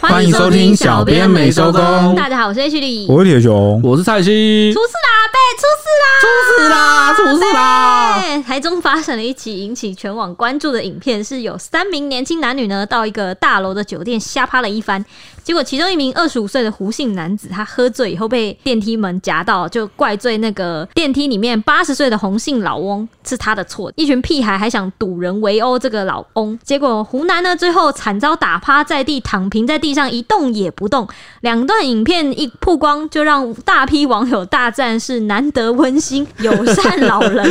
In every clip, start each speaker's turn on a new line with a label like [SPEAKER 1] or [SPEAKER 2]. [SPEAKER 1] 欢迎收听小编没收工
[SPEAKER 2] 大家好，我是 H 李。
[SPEAKER 3] 我是铁熊，
[SPEAKER 1] 我是蔡西
[SPEAKER 2] 出，事啦！贝，出事啦！
[SPEAKER 1] 出事啦，出事啦！
[SPEAKER 2] 哎，台中发生了一起引起全网关注的影片，是有三名年轻男女呢到一个大楼的酒店瞎趴了一番，结果其中一名二十五岁的胡姓男子，他喝醉以后被电梯门夹到，就怪罪那个电梯里面八十岁的红姓老翁是他的错，一群屁孩还想堵人围殴这个老翁，结果湖南呢最后惨遭打趴在地，躺平在地上一动也不动。两段影片一曝光，就让大批网友大赞是难得温馨友善老人，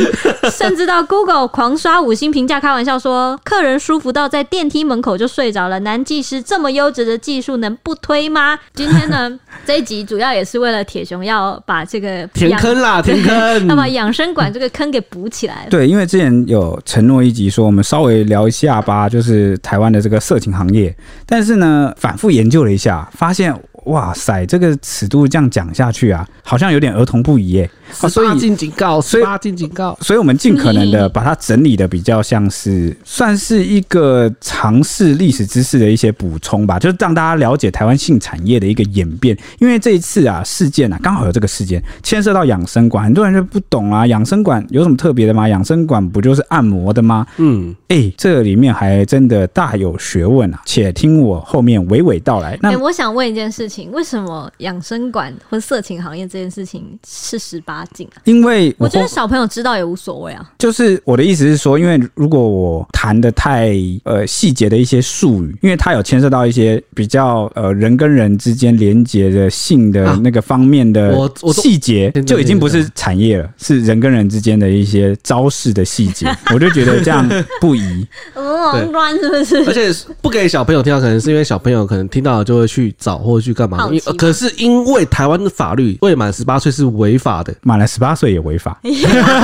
[SPEAKER 2] 甚至到 Google 狂刷五星评价，开玩笑说客人舒服到在电梯门口就睡着了。男技师这么优质的技术能不推吗？今天呢这一集主要也是为了铁熊要把这个
[SPEAKER 1] 填
[SPEAKER 2] 养，
[SPEAKER 1] 坑 嗯啦，填
[SPEAKER 2] 要把
[SPEAKER 1] 坑！啊
[SPEAKER 2] 养生馆这个坑给补起来。
[SPEAKER 3] 对，因为之前有承诺一集说，我们稍微聊一下吧，就是台湾的这个色情行业。但是呢，反复研究了一下，发现哇塞，这个尺度这样讲下去啊，好像有点儿童不宜耶。啊
[SPEAKER 1] 所
[SPEAKER 3] 所
[SPEAKER 1] 以
[SPEAKER 3] 以
[SPEAKER 1] 禁警告，
[SPEAKER 3] 所
[SPEAKER 1] 十
[SPEAKER 3] 以
[SPEAKER 1] 八禁警告。
[SPEAKER 3] 所以我们尽可
[SPEAKER 2] 嗯
[SPEAKER 3] 能的把它整理的比较像是，算是一个尝试历史知识的一些补充吧，就是让大家了解台湾性产业的一个演变。因为这一次啊事件啊，刚好有这个事件牵涉到养生馆，很多人就不懂啊，养生馆有什么特别的吗？养生馆不就是按摩的吗？
[SPEAKER 1] 嗯，
[SPEAKER 3] 哎、这里面还真的大有学问啊，且听我后面娓娓道来。那
[SPEAKER 2] 哎、我想问一件事情，为什么养生馆或色情行业这件事情是十八禁啊？
[SPEAKER 3] 因为
[SPEAKER 2] 我觉
[SPEAKER 3] 后
[SPEAKER 2] 得小朋友知道也无所谓啊。
[SPEAKER 3] 就是我的意思是说，因为如果我谈的太呃细节的一些术语，因为它有牵涉到一些比较呃人跟人之间连接的性的
[SPEAKER 1] 啊
[SPEAKER 3] 那个方面的
[SPEAKER 1] 我我懂
[SPEAKER 3] 细节
[SPEAKER 1] 对对，
[SPEAKER 3] 就已经不是产业了，是人跟人之间的一些招式的细 节，我就觉得这样不宜。，
[SPEAKER 2] 嗯，
[SPEAKER 1] 对
[SPEAKER 2] 王冠是不是？
[SPEAKER 1] 而且不给小朋友听到，可能是因为小朋友可能听到了就会去找或者去干嘛。
[SPEAKER 2] 好奇
[SPEAKER 1] 因为呃可是因为台湾的法律，未满十八岁是违法的
[SPEAKER 3] 满了十八岁也违 法，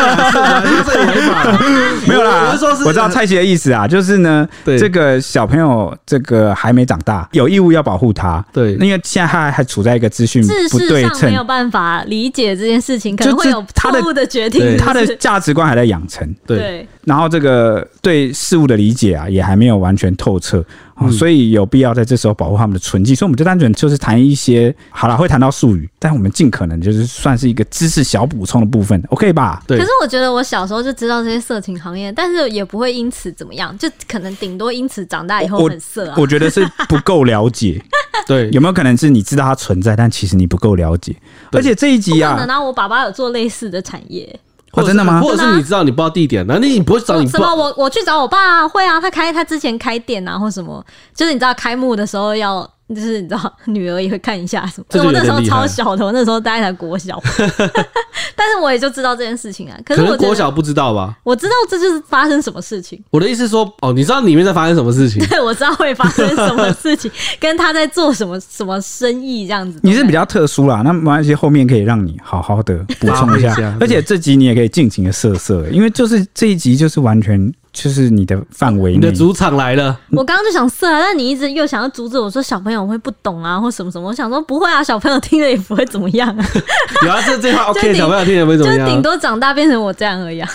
[SPEAKER 1] 是违法的。
[SPEAKER 3] 没有啦。
[SPEAKER 1] 我是说是
[SPEAKER 3] 我知道蔡奇的意思啊，就是呢，
[SPEAKER 1] 对
[SPEAKER 3] 这个小朋友这个还没长大，有义务要保护他。
[SPEAKER 1] 对
[SPEAKER 3] 因为现在他还处在一个资讯
[SPEAKER 2] 知
[SPEAKER 3] 不
[SPEAKER 2] 识
[SPEAKER 3] 对
[SPEAKER 2] 上
[SPEAKER 3] 称
[SPEAKER 2] 没有办法理解这件事情，可
[SPEAKER 3] 就
[SPEAKER 2] 能会
[SPEAKER 3] 是
[SPEAKER 2] 有
[SPEAKER 3] 他的
[SPEAKER 2] 错误的决定。
[SPEAKER 1] 对
[SPEAKER 2] 是不
[SPEAKER 3] 他的
[SPEAKER 2] 是
[SPEAKER 3] 价值观还在养成，
[SPEAKER 1] 对，
[SPEAKER 3] 然后这个对事物的理解啊，也还没有完全透彻、哦
[SPEAKER 1] 嗯
[SPEAKER 3] 所以有必要在这时候保护他们的纯净。所以我们就单纯就是谈一些好了，会谈到术语，但我们尽可能就是算是一个知识小补充的部分，OK 吧？
[SPEAKER 1] 对
[SPEAKER 2] 可是我觉得我小时候就知道这些色情行业，但是也不会因此怎么样，就可能顶多因此长大以后
[SPEAKER 3] 我
[SPEAKER 2] 很色啊。
[SPEAKER 3] 我觉得是不够了 解，
[SPEAKER 1] 对，
[SPEAKER 3] 有没有可能是你知道它存在，但其实你不够了解？
[SPEAKER 1] 对
[SPEAKER 3] 而且这一
[SPEAKER 2] 不
[SPEAKER 3] 集
[SPEAKER 2] 可能
[SPEAKER 3] 啊，
[SPEAKER 2] 啊！我爸爸有做类似的产业，
[SPEAKER 3] 哦，
[SPEAKER 1] 或者
[SPEAKER 3] 真的吗？
[SPEAKER 1] 或者
[SPEAKER 2] 真的啊
[SPEAKER 1] 是你知道你不知道地点，那你不会找你不
[SPEAKER 2] 什么我我去找我爸、啊、会啊，他开他之前开店啊，或什么，就是你知道开幕的时候要，就是你知道女儿也会看一下什么。
[SPEAKER 1] 这就
[SPEAKER 2] 我
[SPEAKER 1] 有
[SPEAKER 2] 那
[SPEAKER 1] 点
[SPEAKER 2] 时候
[SPEAKER 1] 厉害
[SPEAKER 2] 超小的，我那时候大概才国小， 但是我也就知道这件事情啊。可
[SPEAKER 1] 可
[SPEAKER 2] 是我
[SPEAKER 1] 能
[SPEAKER 2] 觉得
[SPEAKER 1] 国小不知道吧？
[SPEAKER 2] 我知道这就是发生什么事情，
[SPEAKER 1] 我的意思是说，哦，你知道里面在发生什么事情？
[SPEAKER 2] 对我知道会发生什么事 情，跟他在做什么什么生意这样子。
[SPEAKER 3] 你是比较特殊啦，那没关系，后面可以让你好好的补充一
[SPEAKER 1] 发挥一
[SPEAKER 3] 下
[SPEAKER 1] 下。
[SPEAKER 3] 而且这集你也可以尽情的色色，因为就是这一集就是完全就是你的范围
[SPEAKER 1] 你
[SPEAKER 3] 内
[SPEAKER 1] 的。主场来 了，
[SPEAKER 2] 我刚刚就想色啊，但你一直又想要阻止我说小朋友会不懂啊，或什么什么。我想说不会啊，小朋友听了也不会怎么样啊，
[SPEAKER 1] 有啊，这这话
[SPEAKER 2] 就
[SPEAKER 1] OK，
[SPEAKER 2] 顶
[SPEAKER 1] 小朋友听也没
[SPEAKER 2] 就
[SPEAKER 1] 怎
[SPEAKER 3] 啊
[SPEAKER 1] 么
[SPEAKER 2] 顶
[SPEAKER 1] 样。
[SPEAKER 2] 多长大变成我这样而已啊。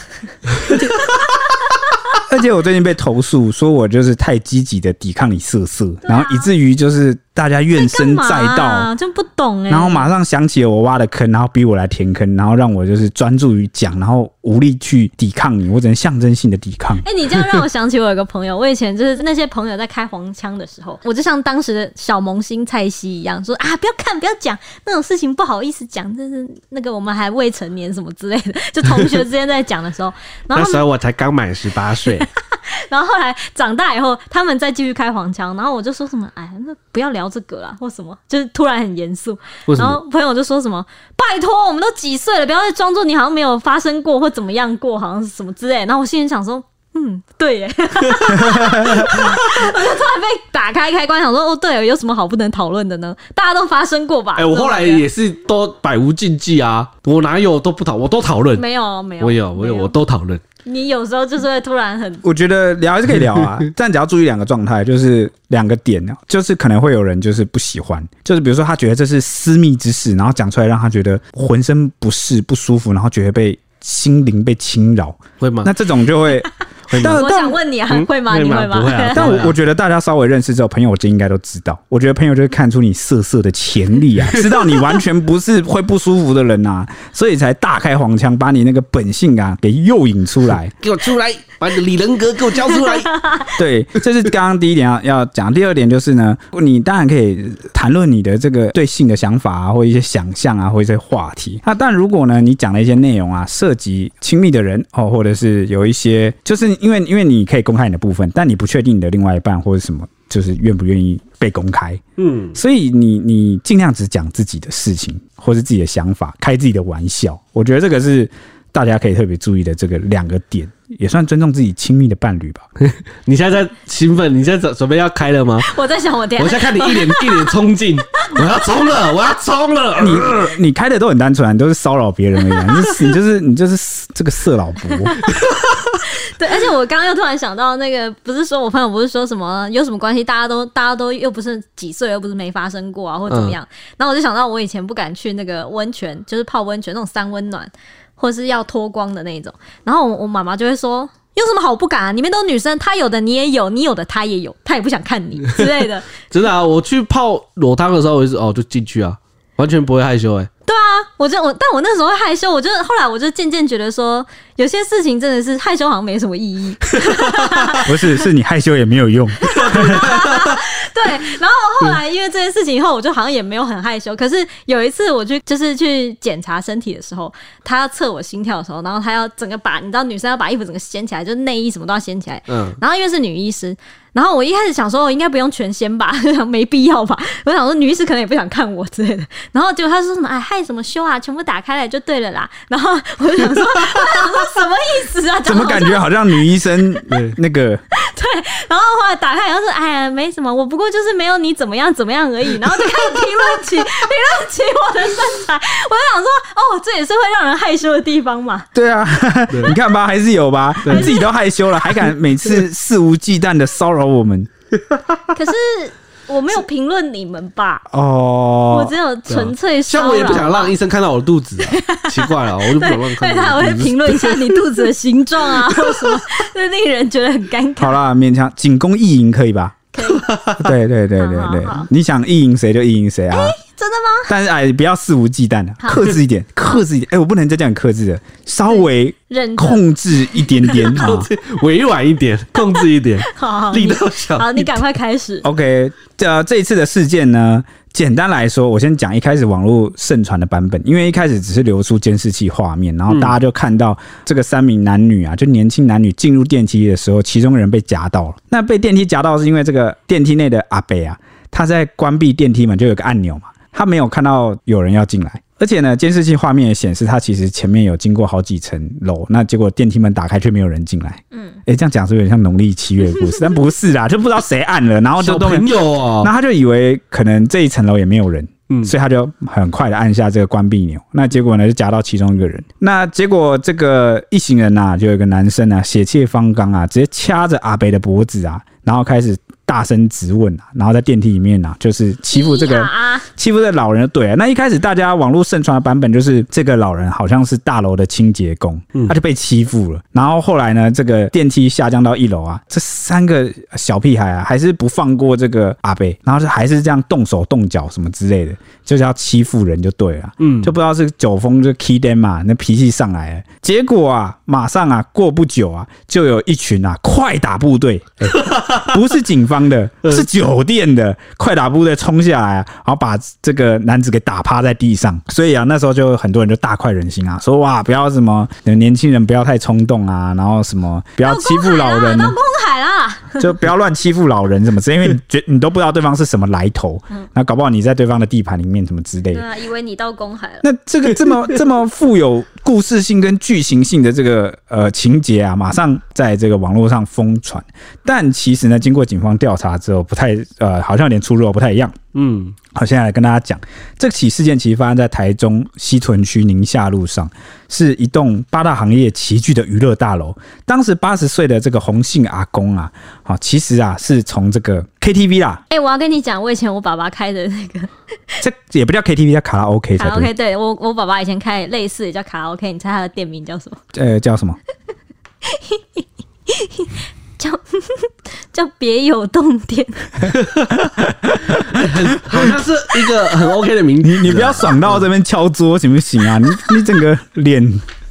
[SPEAKER 3] 而且我最近被投诉说我就是太积极的抵抗你色色，然后以至于就是大家怨
[SPEAKER 2] 啊干
[SPEAKER 3] 声
[SPEAKER 2] 嘛
[SPEAKER 3] 载道。
[SPEAKER 2] 啊？就不懂哎、
[SPEAKER 3] 然后马上想起了我挖的坑，然后逼我来填坑，然后让我就是专注于讲，然后无力去抵抗你，我只能象征性的抵抗。
[SPEAKER 2] 哎、你这样让我想起我有个朋友，我以前就是那些朋友在开黄腔的时候，我就像当时的小萌新蔡西一样，说啊，不要看，不要讲那种事情，不好意思讲，就是那个我们还未成年什么之类的，就同学之间在讲的时候，然后
[SPEAKER 1] 那
[SPEAKER 2] 他
[SPEAKER 1] 时
[SPEAKER 2] 们，
[SPEAKER 1] 候我才刚满十八 岁，
[SPEAKER 2] 然后后来长大以后，他们再继续开黄腔，然后我就说什么，哎，那不要聊这个啦，或什么，就是突然很严肃，
[SPEAKER 1] 为什
[SPEAKER 2] 然
[SPEAKER 1] 么？
[SPEAKER 2] 后朋友就说什么：“拜托，我们都几岁了，不要再装作你好像没有发生过或怎么样过，好像是什么之类。”然后我心里想说：“嗯，对耶。” 我就突然被打开开关，想说：“哦，对，有什么好不能讨论的呢？大家都发生过吧？”
[SPEAKER 1] 哎，我后来
[SPEAKER 2] 这种感觉
[SPEAKER 1] 也是都百无禁忌啊，我哪有都不讨，我都讨论，
[SPEAKER 2] 没有没有，
[SPEAKER 1] 我有我有
[SPEAKER 2] 没
[SPEAKER 1] 我都讨论，
[SPEAKER 2] 你有时候就是会突然
[SPEAKER 1] 嗯
[SPEAKER 2] 很
[SPEAKER 3] 我觉得聊还是可以聊啊， 但只要注意两个状态，就是两个点，就是可能会有人就是不喜欢，就是比如说他觉得这是私密之事，然后讲出来让他觉得浑身不适、不舒服，然后觉得被心灵被侵扰，
[SPEAKER 1] 会吗
[SPEAKER 3] 那？这种就会。
[SPEAKER 1] 会吗
[SPEAKER 3] 但？
[SPEAKER 2] 我想问你啊，
[SPEAKER 1] 嗯
[SPEAKER 2] 会吗？
[SPEAKER 1] 会
[SPEAKER 2] 你
[SPEAKER 1] 吗
[SPEAKER 2] 会吗？
[SPEAKER 1] 不 会啊
[SPEAKER 3] 但我我觉得大家稍微认识之后，朋友间应该都知道。我觉得朋友就是看出你色色的潜力啊，知道你完全不是会不舒服的人呐、所以才大开黄腔，把你那个本性啊给诱引出来。
[SPEAKER 1] 给我出来，把你的李仁格给我交出来。
[SPEAKER 3] 对，这是刚刚第一点要要讲。第二点就是呢，你当然可以谈论你的这个对性的想法啊，或一些想象啊，或一些话题。那但如果呢，你讲的一些内容啊，涉及亲密的人哦，或者是有一些，就是因为因为你可以公开你的部分，但你不确定你的另外一半或者什么，就是愿不愿意被公开。
[SPEAKER 1] 嗯，
[SPEAKER 3] 所以你你尽量只讲自己的事情，或是自己的想法，开自己的玩笑。我觉得这个是大家可以特别注意的这个两个点，也算尊重自己亲密的伴侣吧。
[SPEAKER 1] 你现在在兴奋？你现在准准备要开 了吗？
[SPEAKER 2] 我在想，我等一
[SPEAKER 1] 我
[SPEAKER 2] 下
[SPEAKER 1] 现在看你 一脸一脸冲劲，我要冲了，我要冲了。你
[SPEAKER 3] 你你开的都很单纯啊，你都是骚扰别人而已啊，你就是你就是你就是这个色老 婆，
[SPEAKER 2] 对，而且我刚刚又突然想到，那个不是说我朋友不是说什么有什么关系，大家都大家都又不是几岁，又不是没发生过啊，或者怎么样。然后我就想到，我以前不敢去那个温泉，就是泡温泉那种三温暖，或是要脱光的那种。然后我我妈妈就会说。有什么好不敢、啊？里面都是女生，她有的你也有，你有的她也有，她也不想看你之类的。
[SPEAKER 1] 真的啊，我去泡裸汤的时候，我就是哦就进去啊，完全不会害羞哎、
[SPEAKER 2] 我就我，但我那时候会害羞，我就后来我就渐渐觉得说，有些事情真的是害羞好像没什么意义。
[SPEAKER 3] 不是是你害羞也没 有用，
[SPEAKER 2] 对，然后后来因为这件事情以后，我就好像也没有很害羞。可是有一次我去就是去检查身体的时候，他要测我心跳的时候，然后他要整个把你知道女生要把衣服整个掀起来，就是内衣什么都要掀起来。
[SPEAKER 1] 嗯，
[SPEAKER 2] 然后因为是女医师，然后我一开始想说我应该不用全掀吧， 没必要吧。我想说女医师可能也不想看我之类的。然后结果他说什么哎害什么羞啊，全部打开来就对了啦。然后我就想说， 我想说什么意思啊？
[SPEAKER 3] 怎么感觉好像女医生那个
[SPEAKER 2] 然后后来打开，然后说：“哎呀，没什么，我不过就是没有你怎么样怎么样而已。” 然后就开始评论起评论起我的身材，我就想说：“哦，这也是会让人害羞的地方嘛。
[SPEAKER 3] 对啊，你看吧，还是有吧，你自己都害羞了，还敢每次肆无忌惮的骚扰我们”
[SPEAKER 2] 可是我没有评论你们吧？我
[SPEAKER 3] 哦
[SPEAKER 2] 只。有纯粹骚
[SPEAKER 1] 像
[SPEAKER 2] 扰
[SPEAKER 1] 我也不想让医生看到我的肚子 啊，奇怪了，我就不
[SPEAKER 2] 对
[SPEAKER 1] 想让
[SPEAKER 2] 对，
[SPEAKER 1] 看
[SPEAKER 2] 他还
[SPEAKER 1] 到我的
[SPEAKER 2] 会
[SPEAKER 1] 肚子。
[SPEAKER 2] 评论一下你肚子的形状啊， 或什么，就令人觉得很尴尬。
[SPEAKER 3] 好啦，勉强仅供意淫可以吧？
[SPEAKER 2] 可以，
[SPEAKER 3] 对对对对
[SPEAKER 2] 好
[SPEAKER 3] 对
[SPEAKER 2] 好好，哎
[SPEAKER 3] 你想意淫谁就意淫谁啊！
[SPEAKER 2] 真的吗？
[SPEAKER 3] 但是哎，不要肆无忌惮的，克制一点，克制一点。哎，我不能再叫你克制了，稍微
[SPEAKER 2] 认真
[SPEAKER 3] 控制一点 点哈。
[SPEAKER 1] 控制委婉一点，控制一点，
[SPEAKER 2] 好好，
[SPEAKER 1] 力
[SPEAKER 2] 你
[SPEAKER 1] 道小。
[SPEAKER 2] 好，你赶快开
[SPEAKER 3] 哦
[SPEAKER 2] 始。
[SPEAKER 3] OK，这这一次的事件呢，简单来说，我先讲一开始网络盛传的版本，因为一开始只是流出监视器画面，然后大家就看到这个三名男女啊，就年轻男女进入电梯的时候，其中人被夹到了。那被电梯夹到是因为这个电梯内的阿北啊，他在关闭电梯门就有个按钮嘛，他没有看到有人要进来。而且呢，监视器画面也显示，他其实前面有经过好几层楼，那结果电梯门打开却没有人进来。嗯，哎、这样讲是不是有点像农历七月的故事，但不是啦，就不知道谁按了，然后就
[SPEAKER 1] 小
[SPEAKER 3] 都没
[SPEAKER 1] 朋友哦，
[SPEAKER 3] 那他就以为可能这一层楼也没有人，
[SPEAKER 1] 嗯
[SPEAKER 3] 所以他就很快的按下这个关闭钮。那结果呢，就夹到其中一个人。那结果这个一行人呐、就有一个男生啊，血气方刚啊，直接掐着阿北的脖子啊，然后开始大声质问啊，然后在电梯里面啊，就是欺负这个
[SPEAKER 2] 啊，
[SPEAKER 3] 欺负这老人的对、啊。那一开始大家网络盛传的版本就是这个老人好像是大楼的清洁工，他就被欺负了。然后后来呢，这个电梯下降到一楼啊，这三个小屁孩啊还是不放过这个阿贝，然后就还是这样动手动脚什么之类的，就是要欺负人就对了。
[SPEAKER 1] 嗯
[SPEAKER 3] 就不知道是酒疯就 key them 嘛，啊那脾气上来了。结果啊，马上啊，过不久啊，就有一群啊快打部队，哎不是警方的，是酒店的快打部队冲下来、啊，然后把这个男子给打趴在地上。所以啊，那时候就很多人就大快人心啊，说哇，不要什么年轻人不要太冲动啊，然后什么不要欺负老人
[SPEAKER 2] 到，公海啦，
[SPEAKER 3] 就不要乱欺负老人什么之类，因为你觉你都不知道对方是什么来头，那搞不好你在对方的地盘里面什么之
[SPEAKER 2] 对
[SPEAKER 3] 类的。
[SPEAKER 2] 啊，以为你到公海了。
[SPEAKER 3] 那这个这 么这么富有故事性跟剧情性的这个呃情节啊，马上在这个网络上疯传。但其实呢，经过警方调查之后，不太呃，好像有点出入，不太一样。
[SPEAKER 1] 嗯，
[SPEAKER 3] 好，现在来跟大家讲，这起事件其实发生在台中西屯区宁夏路上，是一栋八大行业齐聚的娱乐大楼。当时八十岁的这个洪姓阿公啊，好，其实啊是从这个 KTV 啦，
[SPEAKER 2] 哎、我要跟你讲，我以前我爸爸开的那个
[SPEAKER 3] 这也不叫 KTV，叫卡拉 OK
[SPEAKER 2] 卡
[SPEAKER 3] 才
[SPEAKER 2] 拉
[SPEAKER 3] 对，
[SPEAKER 2] OK，对我我爸爸以前
[SPEAKER 3] 呃
[SPEAKER 2] 开类似也叫卡拉 OK，你猜他的店名叫什么？
[SPEAKER 3] 呃，叫什么？
[SPEAKER 2] 叫 叫别有洞天，
[SPEAKER 1] 好像是一个很 OK 的名字啊。
[SPEAKER 3] 你你不要爽到这边敲桌行不行啊？你你整个脸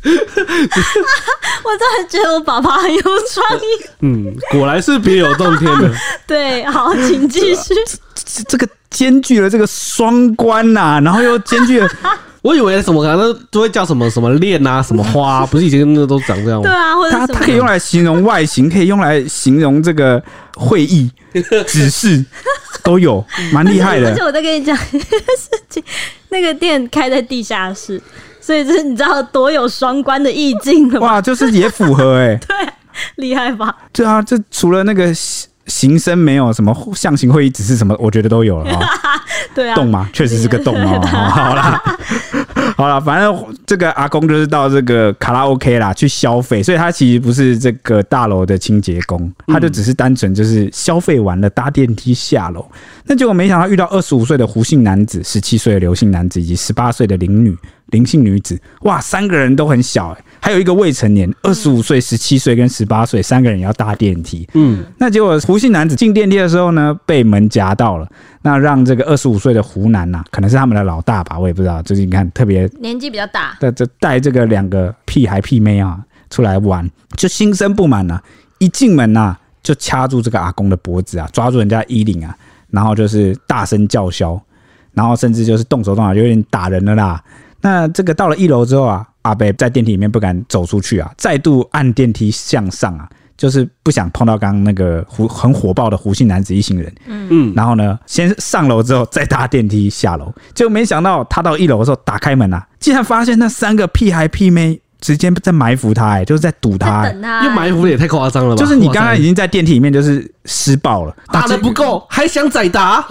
[SPEAKER 2] 我真的觉得我爸爸很有创意。
[SPEAKER 1] 嗯，果然是别有洞天的。
[SPEAKER 2] 对，好，请继续。
[SPEAKER 3] 这这个兼具了这个双关呐、然后又兼具了
[SPEAKER 1] 我以为什么可能都会叫什么什么恋啊，什么花啊、不是以前那都长这 样
[SPEAKER 2] 对
[SPEAKER 1] 吗？
[SPEAKER 2] 啊，或者
[SPEAKER 3] 它
[SPEAKER 2] 什么
[SPEAKER 3] 它可以用来形容外形，可以用来形容这个会议指示都有，蛮厉害
[SPEAKER 2] 而且
[SPEAKER 3] 的。
[SPEAKER 2] 我在跟你讲一个事情， 那个店开在地下室，所以这你知道多有双关的意境 了吗？啊
[SPEAKER 3] 哇，就是也符合哎、
[SPEAKER 2] 厉害吧？
[SPEAKER 3] 对啊，这除了那个形形声没有什么象形会议指示什么，我觉得都有了啊、
[SPEAKER 2] 对啊，啊
[SPEAKER 3] 洞嘛，确实是个洞哦。 好啦，好啦，反正这个阿公就是到这个卡拉 OK 啦去消费，所以他其实不是这个大楼的清洁工，
[SPEAKER 2] 嗯
[SPEAKER 3] 他就只是单纯就是消费完了搭电梯下楼。那结果没想到遇到二十五岁的胡姓男子、十七岁的刘姓男子以及十八岁的林女。林姓女子，哇，三个人都很小、欸，还有一个未成年，二十五岁、十七岁跟十八岁，三个人也要搭电梯。
[SPEAKER 1] 嗯，
[SPEAKER 3] 那结果胡姓男子进电梯的时候呢，被门夹到了，那让这个二十五岁的湖南呐、可能是他们的老大吧，我也不知道。最近你看特别
[SPEAKER 2] 年纪比较大，
[SPEAKER 3] 带这带这个两个屁孩屁妹啊出来玩，就心生不满呐、啊一进门呐、就掐住这个阿公的脖子啊，抓住人家衣领啊，然后就是大声叫嚣，然后甚至就是动手动脚，有点打人了啦。那这个到了一楼之后啊，阿北在电梯里面不敢走出去啊，再度按电梯向上啊，就是不想碰到刚刚那个胡很火爆的胡姓男子一行人。
[SPEAKER 1] 嗯
[SPEAKER 3] 然后呢，先上楼之后再搭电梯下楼，就没想到他到一楼的时候打开门啊，竟然发现那三个屁孩屁妹直接在埋伏他、欸，就是在堵他、
[SPEAKER 2] 在
[SPEAKER 3] 欸。
[SPEAKER 2] 等啊他
[SPEAKER 1] 又埋伏的也太夸张了吧？
[SPEAKER 3] 就是你刚
[SPEAKER 1] 哇
[SPEAKER 3] 刚
[SPEAKER 1] 塞
[SPEAKER 3] 已经在电梯里面就是施暴了，
[SPEAKER 1] 打的不够，还想再打？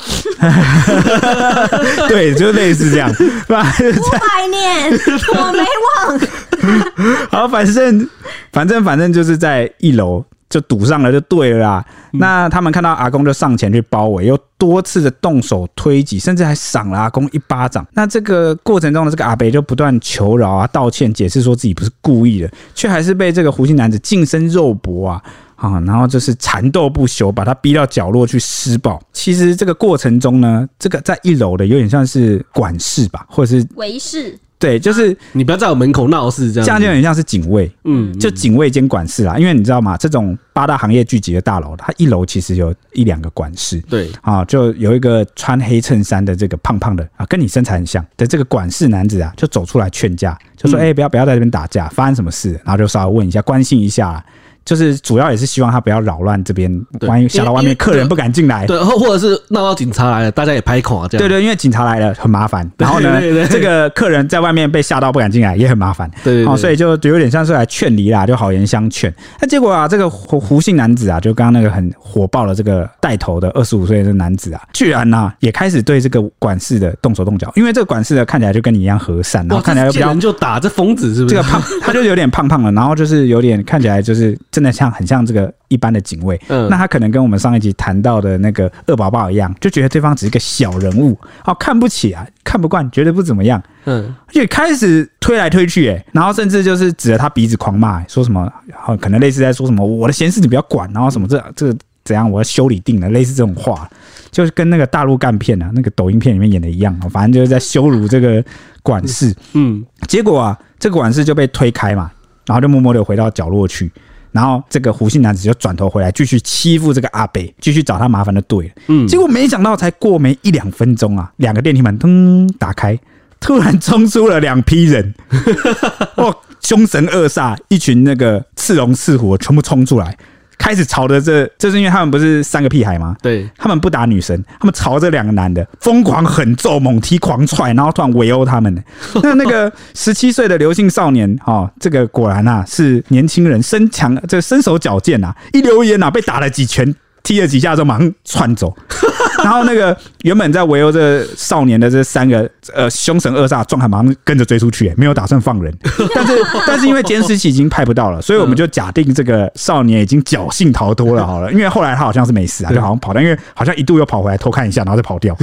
[SPEAKER 3] 对，就类似这样， 对吧？
[SPEAKER 2] 五百 年，我没忘。
[SPEAKER 3] 好，反正反正反正就是在一楼就堵上了，就对了啦。
[SPEAKER 1] 嗯
[SPEAKER 3] 那他们看到阿公就上前去包围，又多次的动手推挤，甚至还赏了阿公一巴掌。那这个过程中的这个阿北就不断求饶啊、道歉、解释说自己不是故意的，却还是被这个胡姓男子近身肉搏啊。啊，然后就是缠斗不休，把他逼到角落去施暴。其实这个过程中呢，这个在一楼的有点像是管事吧，或者是
[SPEAKER 2] 为是，
[SPEAKER 3] 对，就是
[SPEAKER 1] 你不要在我门口闹啊事，这样
[SPEAKER 3] 这样就很像是警卫。
[SPEAKER 1] 嗯，
[SPEAKER 3] 就警卫兼管事啦，因为你知道吗？这种八大行业聚集的大楼，它一楼其实有一两个管事
[SPEAKER 1] 对，
[SPEAKER 3] 啊，就有一个穿黑衬衫的这个胖胖的啊，跟你身材很像的这个管事男子啊，就走出来劝架，就
[SPEAKER 1] 嗯
[SPEAKER 3] 说：“哎、不要不要在这边打架，发生什么事？”然后就稍微问一下，关心一下，就是主要也是希望他不要扰乱这边，
[SPEAKER 1] 对
[SPEAKER 3] 万一吓到外
[SPEAKER 1] 因为因
[SPEAKER 3] 面
[SPEAKER 1] 为
[SPEAKER 3] 客人不敢进来。
[SPEAKER 1] 对，或或者是闹到警察来了，大家也拍孔啊，这样
[SPEAKER 3] 哎对对，因为警察来了很麻烦，然后呢，
[SPEAKER 1] 对对对
[SPEAKER 3] 这个客人在外面被吓到不敢进来也很麻烦，
[SPEAKER 1] 对对对
[SPEAKER 3] 哦，所以就有点像是来劝离啦，就好言相劝。那结果啊，这个胡胡姓男子啊，就刚刚那个很火爆的这个带头的二十五岁的这个男子啊，居然呐、也开始对这个管事的动手动脚，因为这个管事的看起来就跟你一样和善，然
[SPEAKER 1] 哇，
[SPEAKER 3] 后看起来
[SPEAKER 1] 这
[SPEAKER 3] 又比
[SPEAKER 1] 见
[SPEAKER 3] 较
[SPEAKER 1] 人就打，这疯子是不
[SPEAKER 3] 这
[SPEAKER 1] 是
[SPEAKER 3] 个？ 胖，他就有点胖胖的，然后就是有点看起来就是真的像很像这个一般的警卫。
[SPEAKER 1] 嗯
[SPEAKER 3] 那他可能跟我们上一集谈到的那个恶宝宝一样，就觉得对方只是个小人物，哦，看不起啊，看不惯，觉得不怎么样，
[SPEAKER 1] 嗯，
[SPEAKER 3] 而且开始推来推去，哎，然后甚至就是指着他鼻子狂骂、哎说什么，好可能类似在说什么我的闲事你不要管，然后什么这这个怎样，我要修理定了，类似这种话，就是跟那个大陆干片啊，那个抖音片里面演的一样，哦反正就是在羞辱这个管事。
[SPEAKER 1] 嗯，
[SPEAKER 3] 结果啊，这个管事就被推开嘛，然后就默默的回到角落去。然后这个胡姓男子就转头回来，继续欺负这个阿北，继续找他麻烦的对了。
[SPEAKER 1] 嗯
[SPEAKER 3] 结果没想到才过没一两分钟啊，两个电梯门噔打开，突然冲出了两批人，哦，凶神恶煞，一群那个赤龙赤虎全部冲出来，开始朝着这，就是因为他们不是三个屁孩吗？
[SPEAKER 1] 对，
[SPEAKER 3] 他们不打女生，他们朝着两个男的疯狂狠揍、猛踢、狂踹，然后突然围殴他们。那那个十七岁的刘姓少年，哦，这个果然啊是年轻人，身强，这个身手矫健啊，一溜烟啊被打了几拳。踢了几下之后，马上窜走。然后那个原本在围殴这少年的这三个呃凶神恶煞的壮汉，马上跟着追出去，没有打算放人。 但是但是因为监视器已经拍不到了，所以我们就假定这个少年已经侥幸逃脱了好了。因为后来他好像是没事啊，就好像跑掉，因为好像一度又跑回来偷看一下，然后再跑掉，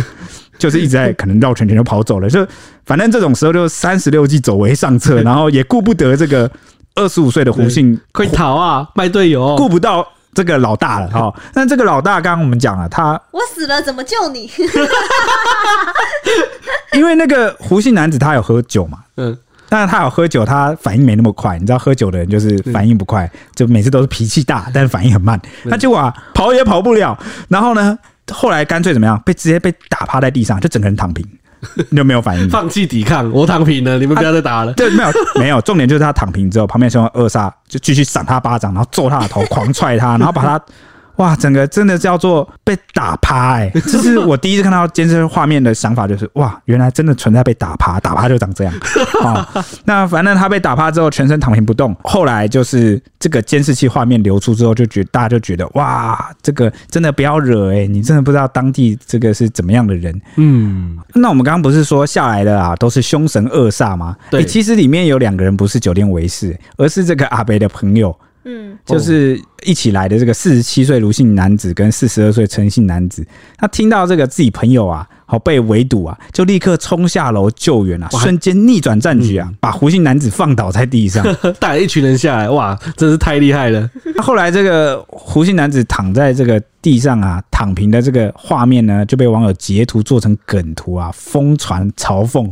[SPEAKER 3] 就是一直在可能绕圈圈就跑走了。就反正这种时候就三十六计走为上策，然后也顾不得这个。二十五岁的胡姓
[SPEAKER 1] 快逃啊， 卖队友，
[SPEAKER 3] 顾不到这个老大了哈、哦。那这个老大，刚刚我们讲了，啊他
[SPEAKER 4] 我死了怎么救你？
[SPEAKER 3] 因为那个胡姓男子他有喝酒嘛，
[SPEAKER 1] 嗯，
[SPEAKER 3] 但是他有喝酒，他反应没那么快。你知道喝酒的人就是反应不快，就每次都是脾气大，但是反应很慢。他结果啊，跑也跑不了，然后呢，后来干脆怎么样？被直接被打趴在地上，就整个人躺平，你就没有反应。
[SPEAKER 1] 放弃抵抗，我躺平了，你们不要再打了。
[SPEAKER 3] 对，没有没有，重点就是他躺平之后，旁边凶恶煞就继续赏他巴掌，然后揍他的头，狂踹他，然后把他。哇，整个真的叫做被打趴哎、这是我第一次看到监视画面的想法，就是哇，原来真的存在被打趴，打趴就长这样。哦，那反正他被打趴之后，全身躺平不动。后来就是这个监视器画面流出之后，就觉大家就觉得哇，这个真的不要惹哎、你真的不知道当地这个是怎么样的人。
[SPEAKER 1] 嗯，
[SPEAKER 3] 那我们刚刚不是说下来的啊，都是凶神恶煞吗？
[SPEAKER 1] 对
[SPEAKER 3] 诶其实里面有两个人不是酒店维士，而是这个阿北的朋友，
[SPEAKER 4] 嗯，
[SPEAKER 3] 就是一起来的这个四十七岁卢姓男子跟四十二岁陈姓男子。他听到这个自己朋友啊，好被围堵啊，就立刻冲下楼救援啊，
[SPEAKER 1] 哇嗯
[SPEAKER 3] 瞬间逆转战局啊，把胡姓男子放倒在地 上。
[SPEAKER 1] 带了一群人下来，哇，真是太厉害了。
[SPEAKER 3] 那后来这个胡姓男子躺在这个地上啊，躺平的这个画面呢，就被网友截图做成梗图啊，疯传嘲讽。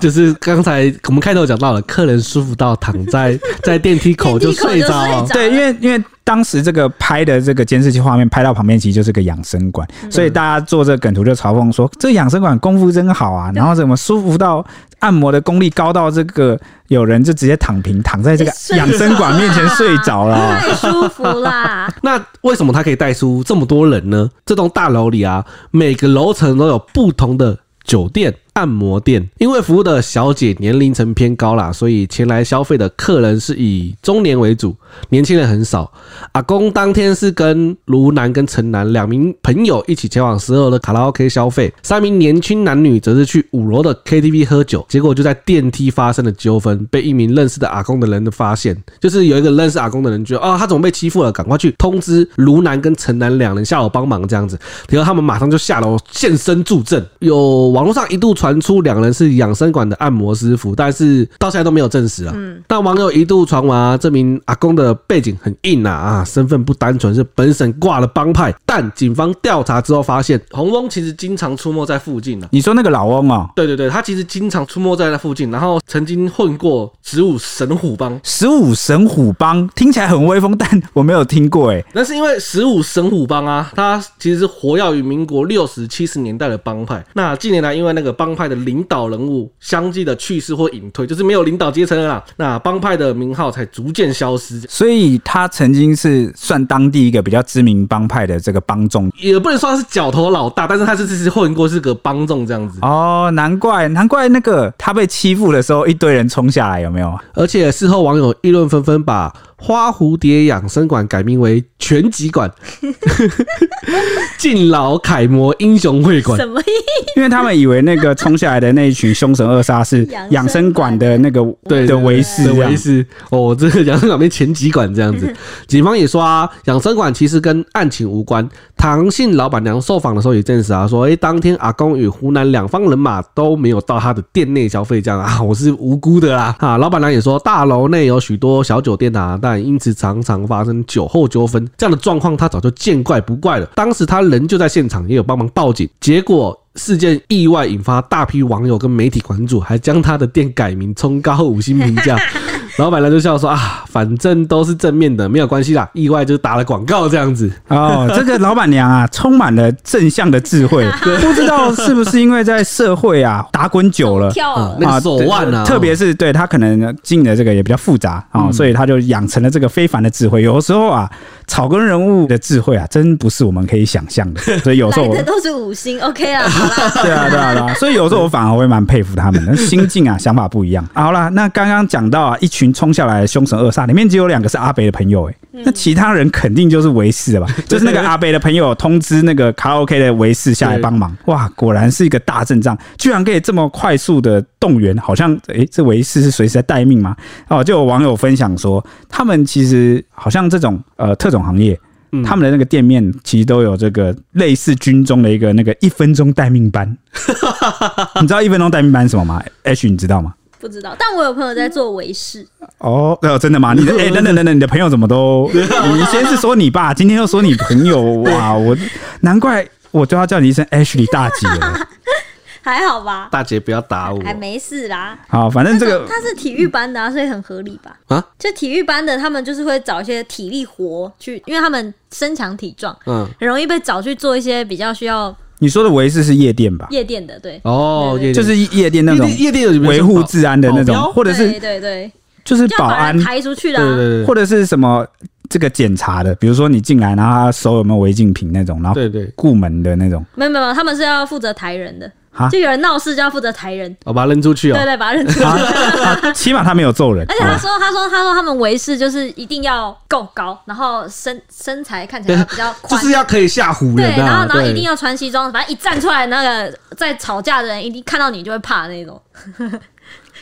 [SPEAKER 1] 就是刚才我们开头讲到了，客人舒服到躺在 在电梯口就
[SPEAKER 4] 电
[SPEAKER 1] 睡着
[SPEAKER 4] 梯口就睡
[SPEAKER 1] 了
[SPEAKER 4] 着。
[SPEAKER 3] 对，因为因为当时这个拍的这个监视器画面拍到旁边，其实就是个养生馆，
[SPEAKER 4] 嗯
[SPEAKER 3] 所以大家做这个梗图就嘲讽说，这养生馆功夫真好啊，然后怎么舒服到按摩的功力高到这个有人就直接躺平躺在这个
[SPEAKER 4] 睡着
[SPEAKER 3] 养生馆面前睡着 了哦。
[SPEAKER 2] 太舒服 啦！
[SPEAKER 1] 那为什么他可以带出这么多人呢？这栋大楼里啊，每个楼层都有不同的酒店、按摩店。因为服务的小姐年龄层偏高啦，所以前来消费的客人是以中年为主，年轻人很少。阿公当天是跟卢南跟陈南两名朋友一起前往十二楼的卡拉 OK 消费，三名年轻男女则是去五楼的 KTV 喝酒，结果就在电梯发生了纠纷，被一名认识的阿公的人发现，就是有一个认识阿公的人觉得啊、他怎么被欺负了，赶快去通知卢南跟陈南两人下楼帮忙这样子，结果他们马上就下楼现身助阵。有网络上一度传出两人是养生馆的按摩师傅，但是到现在都没有证实啊。但网友一度传闻啊，这名阿公的背景很硬啊啊，身份不单纯，是本省挂了帮派。但警方调查之后发现，红翁其实经常出没在附近啊。
[SPEAKER 3] 你说那个老翁哦，
[SPEAKER 1] 对对对，他其实经常出没在那附近，然后曾经混过植物神虎帮。
[SPEAKER 3] 十五神虎帮听起来很威风，但我没有听过哎。
[SPEAKER 1] 那是因为十五神虎帮啊，它其实是活跃于民国六十七十年代的帮派。那近年来，因为那个帮派的领导人物相继的去世或隐退，就是没有领导阶层了啦，那帮派的名号才逐渐消失。
[SPEAKER 3] 所以他曾经是算当地一个比较知名帮派的这个帮众
[SPEAKER 1] 也不能说他是角头老大，但是他是是混过是个帮众这样子，
[SPEAKER 3] 哦，难怪难怪那个他被欺负的时候，一堆人冲下来，有没有？
[SPEAKER 1] 而且事后网友议论纷纷，把花蝴蝶养生馆改名为拳击馆， 敬老楷模英雄会馆
[SPEAKER 2] 什。么意
[SPEAKER 3] 因为他们以为那个冲下来的那一群凶神恶煞是养
[SPEAKER 4] 养
[SPEAKER 3] 生
[SPEAKER 4] 生
[SPEAKER 3] 馆
[SPEAKER 4] 馆
[SPEAKER 3] 的那个
[SPEAKER 1] 对
[SPEAKER 3] 的
[SPEAKER 1] 对
[SPEAKER 3] 维士
[SPEAKER 1] 的
[SPEAKER 3] 这
[SPEAKER 1] 维
[SPEAKER 3] 样，
[SPEAKER 1] 是哦，这个养生馆被前几馆这样子。警方也说啊，养生馆其实跟案情无关。唐姓老板娘受访的时候也证实啊，说诶，当天阿公与湖南两方人马都没有到他的店内消费，这样啊， 我是无辜的啦啊。老 板娘也说，大楼内有许多小酒店啊，但因此常常发生酒后纠纷这样的状况，他早就见怪不怪了。当时他人就在现场，也有帮忙报警，结果。事件意外引发大批网友跟媒体关注，还将他的店改名，冲高五星评价。老板娘就笑说啊，反正都是正面的，没有关系啦，意外就是打了广告这样子。
[SPEAKER 3] 哦，这个老板娘啊，充满了正向的智 慧，不知道是不是因为在社会啊打滚久 了。
[SPEAKER 2] 哦
[SPEAKER 3] 嗯
[SPEAKER 4] 跳
[SPEAKER 1] 啊
[SPEAKER 4] 了，
[SPEAKER 1] 那个手腕啊
[SPEAKER 3] 特别是对他可能进的这个也比较复杂啊、所以他就养成了这个非凡的智慧。有的时候啊，草根人物的智慧啊，真不是我们可以想象的。所以有时候
[SPEAKER 4] 来
[SPEAKER 3] 我
[SPEAKER 4] 的都是五星，OK 啦，好啦，
[SPEAKER 3] 对啊，对啊，对啊，所以有时候我反而会蛮佩服他们的心境啊，想法不一样。啊好啦，那刚刚讲到啊，一群冲下来的凶神恶煞，里面只有两个是阿北的朋友、欸，那其他人肯定就是维士了吧？就是那个阿北的朋友通知那个卡拉 OK 的维士下来帮忙，哇，果然是一个大阵仗，居然可以这么快速的动员，好像诶、这维士是随时在待命吗？哦，就有网友分享说，他们其实好像这种呃特种行业。他们的那个店面其实都有这个类似军中的一个那个一分钟待命班，你知道一分钟待命班是什么吗？H，你知道吗？
[SPEAKER 2] 不知道，但我有朋友在做维饰，
[SPEAKER 3] 哦，呃，真的吗？你的哎、等等 等等，你的朋友怎么都……你先是说你爸，今天又说你朋友，哇，我难怪我都要叫你一声 Ashley 大 姐了。
[SPEAKER 2] 还好吧？
[SPEAKER 1] 大姐不要打我
[SPEAKER 2] 哎，没事啦。
[SPEAKER 3] 好，反正这个
[SPEAKER 2] 他是体育班的、啊，所以很合理吧？
[SPEAKER 1] 啊！
[SPEAKER 2] 就体育班的，他们就是会找一些体力活去，因为他们身强体壮，
[SPEAKER 1] 嗯，
[SPEAKER 2] 很容易被找去做一些比较需要
[SPEAKER 3] 你说的维氏是夜店吧？
[SPEAKER 2] 夜店的，对，
[SPEAKER 1] 哦，夜店
[SPEAKER 3] 就是夜店那种
[SPEAKER 1] 夜店夜店有什么
[SPEAKER 3] 维护治安的那种
[SPEAKER 1] 保镖，
[SPEAKER 3] 或者
[SPEAKER 2] 对
[SPEAKER 3] 是
[SPEAKER 2] 对对，
[SPEAKER 3] 就是
[SPEAKER 2] 就要
[SPEAKER 3] 保
[SPEAKER 2] 把
[SPEAKER 3] 安
[SPEAKER 2] 人，抬出去啊
[SPEAKER 1] 对
[SPEAKER 2] 啦、
[SPEAKER 1] 对对
[SPEAKER 3] 啊或者是什么这个检查的，比如说你进来，然后他手有没有违禁品那种，然后
[SPEAKER 1] 对对，
[SPEAKER 3] 顾门的 那种。
[SPEAKER 2] 没有没有没有，他们是要负责抬人的
[SPEAKER 3] 啊，
[SPEAKER 2] 就有人闹事就要负责抬人，
[SPEAKER 1] 我把它扔出去哦
[SPEAKER 2] 对。对，把他认出
[SPEAKER 3] 啊
[SPEAKER 2] 来。
[SPEAKER 3] 啊，起码他没有揍人。
[SPEAKER 2] 而且他
[SPEAKER 3] 啊
[SPEAKER 2] 说，他说，他说，他们维氏就是一定要够高，然后身身材看起来要比较
[SPEAKER 1] 就
[SPEAKER 2] 宽，
[SPEAKER 1] 是要可以吓唬
[SPEAKER 2] 对
[SPEAKER 1] 人，
[SPEAKER 2] 然后
[SPEAKER 1] 啊！
[SPEAKER 2] 然后一定
[SPEAKER 1] 对，
[SPEAKER 2] 要穿西装，反正一站出来，那个在吵架的人一定看到你就会怕那种，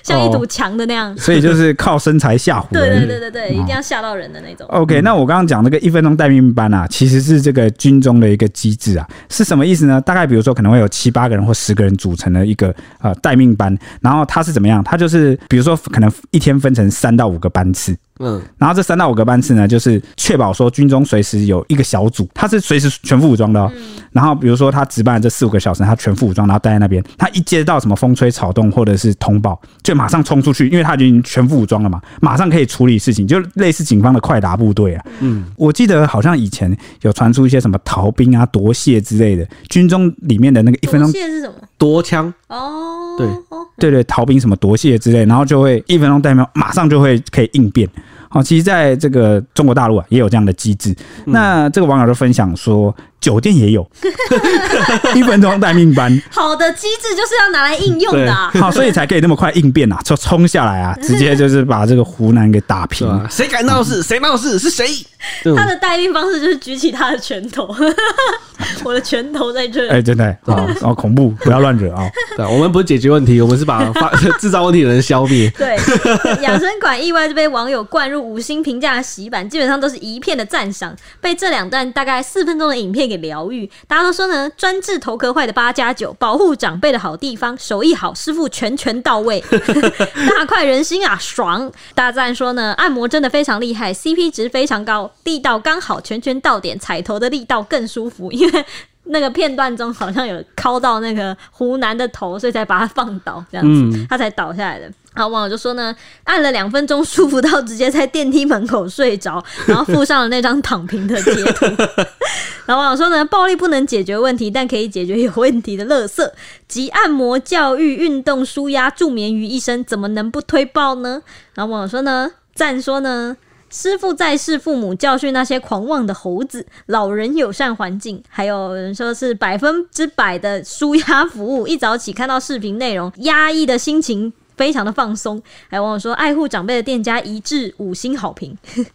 [SPEAKER 2] 像一堵墙的那样。
[SPEAKER 3] 所以就是靠身材吓唬
[SPEAKER 2] 对
[SPEAKER 3] 人
[SPEAKER 2] 对。对对对，一定要吓到人的那种。
[SPEAKER 3] OK，那我刚刚讲那个一分钟待命班啊，其实是这个军中的一个机制啊，是什么意思呢？大概比如说可能会有七八个人或十个人组成的一个呃待命班，然后它是怎么样？它就是比如说可能一天分成三到五个班次，
[SPEAKER 1] 嗯，
[SPEAKER 3] 然后这三到五个班次呢，就是确保说军中随时有一个小组，他是随时全副武装的、哦。然后比如说他值班的这四五个小时，他全副武装，然后待在那边。他一接到什么风吹草动或者是通报，就马上冲出去，因为他已经全副武装了嘛，马上可以处理事情，就类似警方的快达部队啊。嗯，我记得好像以前有传出一些什么逃兵啊、夺械之类的，军中里面的那个一分钟
[SPEAKER 2] 毒蟹是什么？
[SPEAKER 1] 夺枪，
[SPEAKER 2] 哦，
[SPEAKER 1] 对
[SPEAKER 2] 哦，
[SPEAKER 3] 对对，逃兵什么夺械之类，然后就会一分钟待命，马上就会可以应变。好、其实在这个中国大陆啊，也有这样的机制。
[SPEAKER 2] 嗯
[SPEAKER 3] 那这个网友就分享说，酒店也有 一分钟待命班，
[SPEAKER 2] 好的机制就是要拿来应用的啊。
[SPEAKER 3] 好，所以才可以那么快应变啊，就冲下来啊，直接就是把这个湖南给打
[SPEAKER 1] 对
[SPEAKER 3] 平。
[SPEAKER 1] 吧？谁敢闹事？谁闹事是谁？这种
[SPEAKER 2] 他的待命方式就是举起他的拳头， 我的拳头在这
[SPEAKER 3] 哎、
[SPEAKER 2] 里。
[SPEAKER 3] 真的、欸， 哦，哦，恐怖，不要乱惹啊、
[SPEAKER 1] 对，我们不是解决问题，我们是 把发制造问题的人消灭。
[SPEAKER 2] 对，养生馆意外就被网友灌入五星评价的洗版，基本上都是一片的赞赏，被这两段大概四分钟的影片给疗愈。大家都说呢，专治头壳坏的八加九，保护长辈的好地方，手艺好，师傅全全到位，大快人心啊，爽！大赞说呢，按摩真的非常厉害，CP 值非常高，力道刚好，全全到点，踩头的力道更舒服，因为。那个片段中好像有敲到那个湖南的头，所以才把他放倒，这样子、他才倒下来的。然后网友就说呢，按了两分钟，舒服到直接在电梯门口睡着，然后附上了那张躺平的截图。然后网友说呢，暴力不能解决问题，但可以解决有问题的垃圾，集按摩、教育、运动、舒压、助眠于一身，怎么能不推爆呢？然后网友说呢，赞说呢。师傅在世，父母教训那些狂妄的猴子；老人友善环境，还有人说是百分之百的舒压服务。一早起看到视频内容，压抑的心情非常的放松。还有网友说，爱护长辈的店家一致五星好评。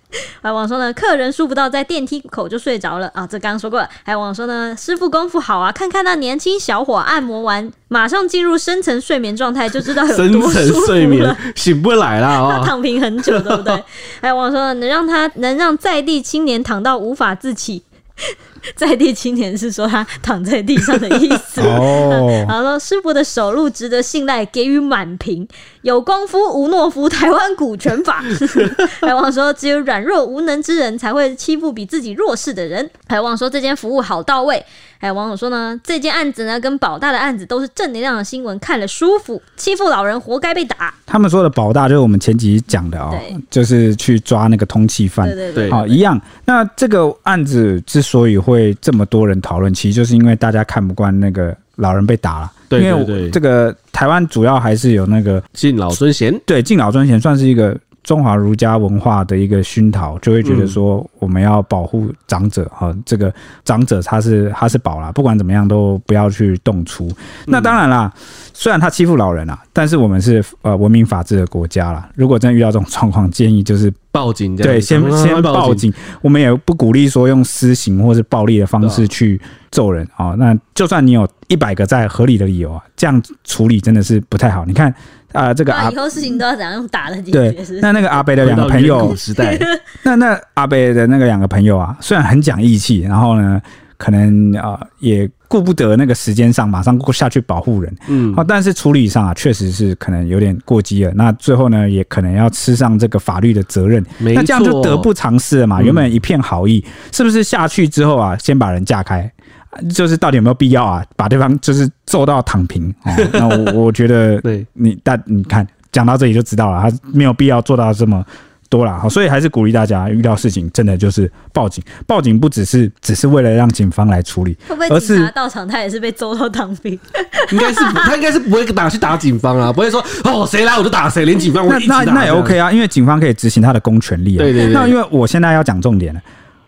[SPEAKER 2] 还有网友说呢，客人舒服到在电梯口就睡着了啊，这刚刚说过了。还有网友说呢，师傅功夫好啊，看看那年轻小伙按摩完，马上进入深层睡眠状态，就知道有
[SPEAKER 1] 深
[SPEAKER 2] 多
[SPEAKER 1] 层
[SPEAKER 2] 舒服
[SPEAKER 1] 睡眠
[SPEAKER 2] 了。
[SPEAKER 1] 醒不来啦
[SPEAKER 2] 要
[SPEAKER 1] 啊！
[SPEAKER 2] 躺平很久，对不对？哎还有网友说，能让他能让在地青年躺到无法自起， 在地青年是说他躺在地上的意思。
[SPEAKER 3] 哦，
[SPEAKER 2] 然后说师傅的手路值得信赖，给予满评。有功夫无懦夫，台湾股权法。 哎还有网友说，只有软弱无能之人才会欺负比自己弱势的人。哎还有网友说，这间服务好到位。哎还有网友说呢，这件案子呢跟保大的案子都是正能量的新闻，看了舒服。欺负老人活该被打。
[SPEAKER 3] 他们说的保大就是我们前集讲的哦
[SPEAKER 2] 对，
[SPEAKER 3] 就是去抓那个通缉犯
[SPEAKER 2] 对。对对
[SPEAKER 1] 对
[SPEAKER 3] 好、一样。那这个案子之所以会这么多人讨论，其实就是因为大家看不惯那个老人被打了。
[SPEAKER 1] 对对
[SPEAKER 3] 因为
[SPEAKER 1] 对
[SPEAKER 3] 我这个台湾主要还是有那个
[SPEAKER 1] 敬老尊贤，
[SPEAKER 3] 对敬老尊贤，算是一个中华儒家文化的一个熏陶，就会觉得说我们要保护长者哈、这个长者他是他是宝啦，不管怎么样都不要去动粗。那
[SPEAKER 1] 嗯
[SPEAKER 3] 当然啦，虽然他欺负老人啦，但是我们是呃文明法治的国家啦，如果真的遇到这种状况，建议就是
[SPEAKER 1] 报警这样
[SPEAKER 3] 对，
[SPEAKER 1] 子啊
[SPEAKER 3] 先
[SPEAKER 1] 赶快
[SPEAKER 3] 先报警，我们也不鼓励说用私刑或是暴力的方
[SPEAKER 1] 对啊
[SPEAKER 3] 式去揍人啊、哦。那就算你有一百个在合理的理由啊，这样处理真的是不太好。你看啊、这个
[SPEAKER 2] 啊，
[SPEAKER 3] 阿
[SPEAKER 2] 以后事情都要怎样用打的解
[SPEAKER 3] 对
[SPEAKER 2] 决？是，
[SPEAKER 3] 那那个阿北的
[SPEAKER 1] 回
[SPEAKER 3] 两
[SPEAKER 1] 到
[SPEAKER 3] 个朋
[SPEAKER 1] 远
[SPEAKER 3] 友
[SPEAKER 1] 古，时代，
[SPEAKER 3] 那那阿北的那个两个朋友啊，虽然很讲义气，然后呢，可能啊、也顾不得那个时间上，马上过下去保护人。
[SPEAKER 1] 嗯
[SPEAKER 3] 好，但是处理上啊，确实是可能有点过激了。那最后呢，也可能要吃上这个法律的责任。
[SPEAKER 1] 没
[SPEAKER 3] 那这样就
[SPEAKER 1] 错
[SPEAKER 3] 得不偿失了嘛。
[SPEAKER 1] 嗯
[SPEAKER 3] 原本一片好意，是不是下去之后啊，先把人架开？啊就是到底有没有必要啊？把对方就是揍到躺平？哦、那我 我觉得
[SPEAKER 1] 对，
[SPEAKER 3] 你但你看讲到这里就知道了，他没有必要做到这么多了。好，所以还是鼓励大家遇到事情真的就是报警，报警不只是只是为了让警方来处理，
[SPEAKER 4] 会不会
[SPEAKER 3] 而
[SPEAKER 4] 警察
[SPEAKER 3] 是
[SPEAKER 4] 到场，他也是被揍到当 兵？
[SPEAKER 1] 应该是不他应该是不会打去打警方啊，不会说哦谁来我就打谁，连警方我
[SPEAKER 3] 那
[SPEAKER 1] 一起打
[SPEAKER 3] 那那也
[SPEAKER 1] 这样
[SPEAKER 3] OK 啊，因为警方可以执行他的公权力啊。
[SPEAKER 1] 对对对
[SPEAKER 3] 那因为我现在要讲重点了，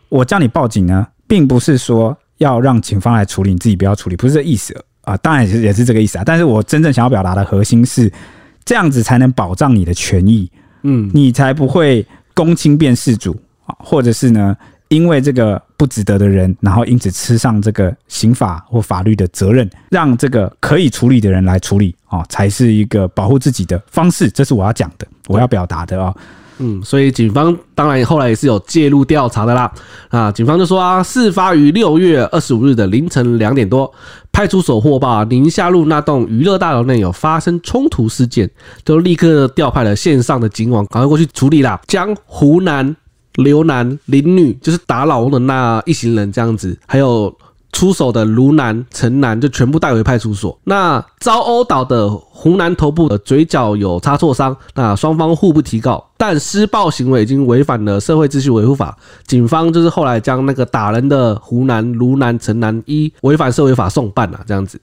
[SPEAKER 3] 我叫你报警呢，并不是说要让警方来处理，你自己不要处理，不是这意思啊。当然也是也是这个意思啊。但是我真正想要表达的核心是，这样子才能保障你的权益，
[SPEAKER 1] 嗯，
[SPEAKER 3] 你才不会公亲变事主啊，或者是呢，因为这个不值得的人，然后因此吃上这个刑法或法律的责任，让这个可以处理的人来处理啊、哦，才是一个保护自己的方式。这是我要讲的，我要表达的啊、哦。
[SPEAKER 1] 嗯，所以警方当然后来也是有介入调查的啦。啊，警方就说啊，事发于六月二十五日的凌晨两点多，派出所获报啊宁夏路那栋娱乐大楼内有发生冲突事件，就立刻调派了线上的警网赶快过去处理啦，将湖南、刘南、林女就是打老翁的那一行人这样子，还有出手的卢南、陈南就全部带回派出所。那遭殴倒的湖南头部的嘴角有擦挫伤，那双方互不提告，但施暴行为已经违反了社会秩序维护法。警方就是后来将那个打人的湖南、卢南、陈南一违反社会法送办了、这样子。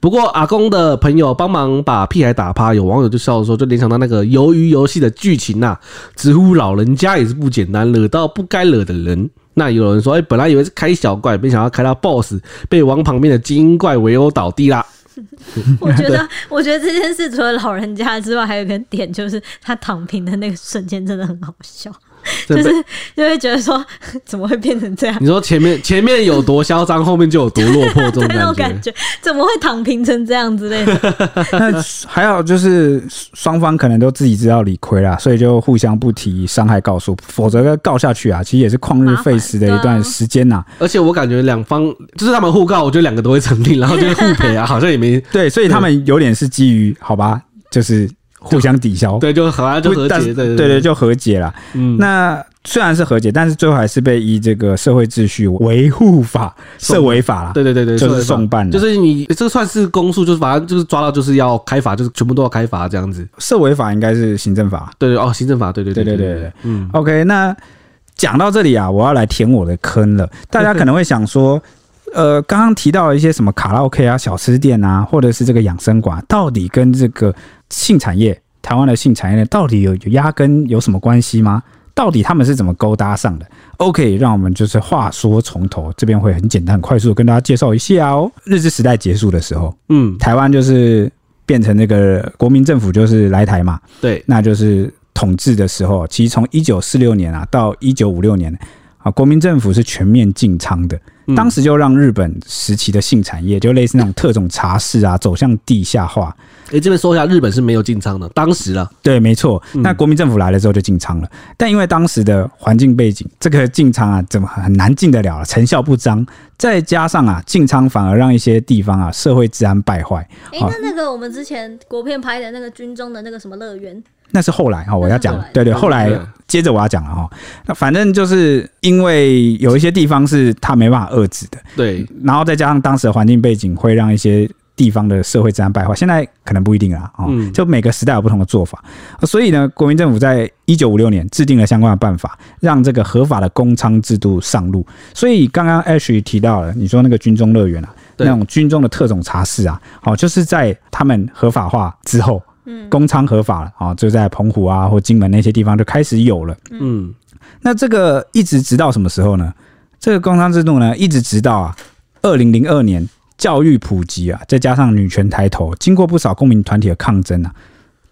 [SPEAKER 1] 不过阿公的朋友帮忙把屁孩打趴，有网友就笑说，就联想到那个鱿鱼游戏的剧情啊呐、直呼老人家也是不简单，惹到不该惹的人。那有人说，哎、本来以为是开小怪，没想到开到 BOSS，被王旁边的精英怪围殴倒地啦。
[SPEAKER 4] 我觉得，我觉得这件事除了老人家之外，还有一个点就是他躺平的那个瞬间真的很好笑，
[SPEAKER 1] 这
[SPEAKER 4] 就
[SPEAKER 1] 被
[SPEAKER 4] 是就会觉得说怎么会变成这样？
[SPEAKER 1] 你说前面前面有多嚣张，后面就有多落魄，这种
[SPEAKER 4] 对那种
[SPEAKER 1] 感
[SPEAKER 4] 感
[SPEAKER 1] 觉。
[SPEAKER 4] 觉，怎么会躺平成这样之类的？
[SPEAKER 3] 那还有就是双方可能都自己知道理亏啦，所以就互相不提伤害告诉，否则告下去啊，其实也是旷日费时的一段时间呐、
[SPEAKER 1] 而且我感觉两方就是他们互告，我觉得两个都会成立，然后就会互赔啊，好像也没
[SPEAKER 3] 对，所以他们有点是基于好吧，就是互相抵消。
[SPEAKER 1] 对，就好像就
[SPEAKER 3] 不
[SPEAKER 1] 和
[SPEAKER 3] 但
[SPEAKER 1] 解，
[SPEAKER 3] 是
[SPEAKER 1] 对
[SPEAKER 3] 对
[SPEAKER 1] 对，
[SPEAKER 3] 就和解了。
[SPEAKER 1] 嗯，
[SPEAKER 3] 那虽然是和解，但是最后还是被依这个社会秩序维护法、社违法啦。
[SPEAKER 1] 对对对对，
[SPEAKER 3] 就是送办了
[SPEAKER 1] 就是你这算是公诉，就是反正就是抓到就是要开罚，就是全部都要开罚这样子。
[SPEAKER 3] 社违法应该是行政法。
[SPEAKER 1] 对对哦，行政法，对对
[SPEAKER 3] 对
[SPEAKER 1] 对
[SPEAKER 3] 对对
[SPEAKER 1] 对
[SPEAKER 3] 对对，
[SPEAKER 1] 嗯，
[SPEAKER 3] OK，那讲到这里啊，我要来填我的坑了。大家可能会想说，呃，刚刚提到一些什么卡拉 OK 啊、小吃店啊，或者是这个养生馆，到底跟这个性产业，台湾的性产业呢，到底有有压根有什么关系吗？到底他们是怎么勾搭上的？OK，让我们就是话说从头，这边会很简单、很快速地跟大家介绍一下哦。日治时代结束的时候，
[SPEAKER 1] 嗯，
[SPEAKER 3] 台湾就是变成那个国民政府，就是来台嘛，
[SPEAKER 1] 对，
[SPEAKER 3] 那就是统治的时候，其实从一九四六年啊到一九五六年啊，国民政府是全面禁娼的，
[SPEAKER 1] 嗯
[SPEAKER 3] 当时就让日本时期的性产业，就类似那种特种茶室啊，走向地下化。
[SPEAKER 1] 诶，这边说一下，日本是没有进仓的，当时了，
[SPEAKER 3] 对，没错。那国民政府来了之后就禁娼了，但因为当时的环境背景，这个禁娼啊，怎么很难禁得了啊成效不彰，再加上啊，禁娼反而让一些地方啊社会治安败坏。
[SPEAKER 4] 哎、
[SPEAKER 3] 好
[SPEAKER 4] 那那个我们之前国片拍的那个军中的那个什么乐园，
[SPEAKER 3] 那是后来哈，我要讲
[SPEAKER 4] 那是后，来
[SPEAKER 3] 对对，
[SPEAKER 1] 嗯
[SPEAKER 3] 后来
[SPEAKER 1] 对
[SPEAKER 3] 接着我要讲了哈。那反正就是因为有一些地方是他没办法遏制的，
[SPEAKER 1] 对，
[SPEAKER 3] 然后再加上当时的环境背景，会让一些地方的社会治安败坏。现在可能不一定啦，哦，
[SPEAKER 1] 嗯
[SPEAKER 3] 就每个时代有不同的做法。哦所以呢，国民政府在一九五六年制定了相关的办法，让这个合法的公娼制度上路。所以刚刚 Ash 提到了，你说那个军中乐园啊，
[SPEAKER 1] 对
[SPEAKER 3] 那种军中的特种茶室啊，哦，就是在他们合法化之后。
[SPEAKER 4] 嗯，
[SPEAKER 3] 公娼合法了啊、就在澎湖啊或金门那些地方就开始有了。
[SPEAKER 1] 嗯，
[SPEAKER 3] 那这个一直直到什么时候呢？这个工商制度呢，一直直到啊，二零零二年教育普及啊，再加上女权抬头，经过不少公民团体的抗争啊，